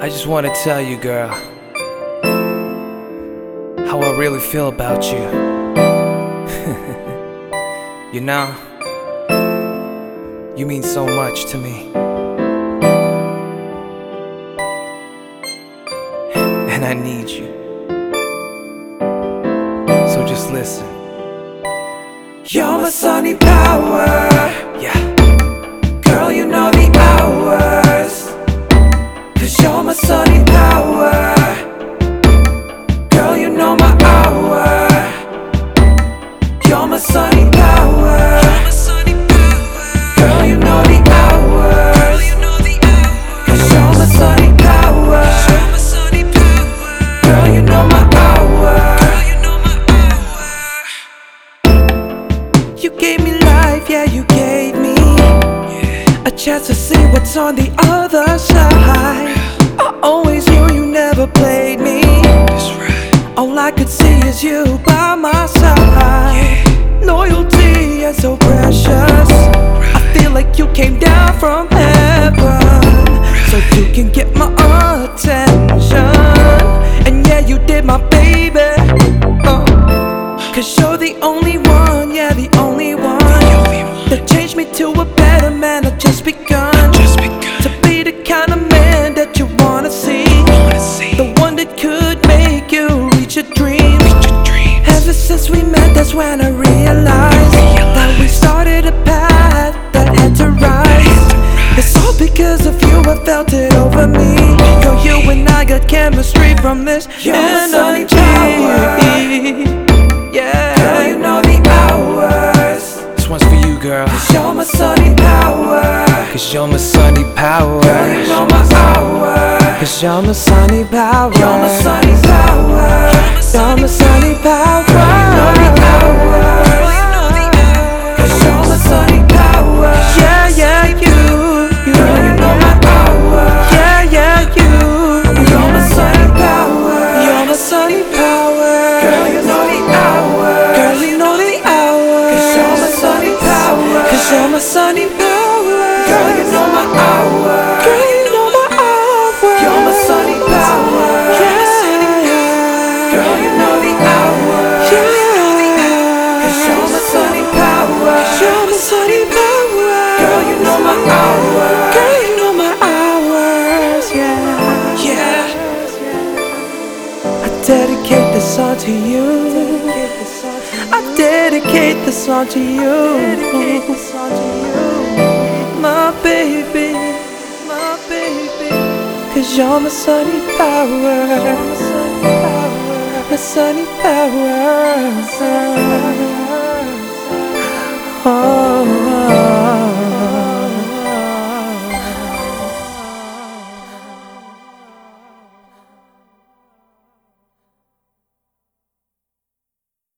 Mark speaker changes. Speaker 1: I just want to tell you, girl, how I really feel about you. you know, you mean so much to me. And I need you. So just listen. You're my sunny power. Yeah. Girl, you know the hours. Cause you're my sunny power. Girl, you know my hour. You're my sunny power. Girl, you know the hours. Cause you're my sunny power. Girl, you know my hour. You gave me life, yeah, you gave me a chance to see what's on the other side. I always knew you never played me. All I could see is you by my side. Loyalty is so precious. I feel like you came down from heaven so you can get my attention. And yeah, you did my baby. Uh. Cause you're the only one, yeah, the only one That changed me to a better man, I've just begun To be the kind of man that you wanna see The one that could make you reach your dreams Ever since we met, that's when I realized That we started a path that had to rise It's all because of you, I felt it over me Girl, you and I got chemistry from this
Speaker 2: You're my sunny
Speaker 1: energy yeah.
Speaker 2: Girl, you know the hours.
Speaker 1: This one's for you, girl.
Speaker 2: Show my sunny power.
Speaker 1: Cause you're my sunny power.
Speaker 2: Girl, you know my hour.
Speaker 1: Cause you're my sunny power.
Speaker 2: You're my sunny power.
Speaker 1: You're my sunny power.
Speaker 2: Girl, you know the hours. Show my sunny power.
Speaker 1: Yeah, yeah, you. you.
Speaker 2: Girl, you know my hour.
Speaker 1: Yeah, yeah, you.
Speaker 2: You're my sunny power.
Speaker 1: You're my sunny power.
Speaker 2: Girl, you know the hours.
Speaker 1: Girl, you know the hour.
Speaker 2: Cause you're my sunny power.
Speaker 1: Cause you're my sunny power.
Speaker 2: Girl, you know my hour.
Speaker 1: Girl, you know my hour.
Speaker 2: You're my sunny power.
Speaker 1: Yeah.
Speaker 2: Girl, you know the hours. Cause
Speaker 1: Yeah.
Speaker 2: you're my sunny power.
Speaker 1: You're my sunny power.
Speaker 2: Girl, you know my hour.
Speaker 1: Girl, you know my hours, yeah.
Speaker 2: Yeah.
Speaker 1: I dedicate this song to you. I dedicate this song to you. My baby, my baby. Cause you're my sunny power. My sunny power. My sunny power. Oh, oh.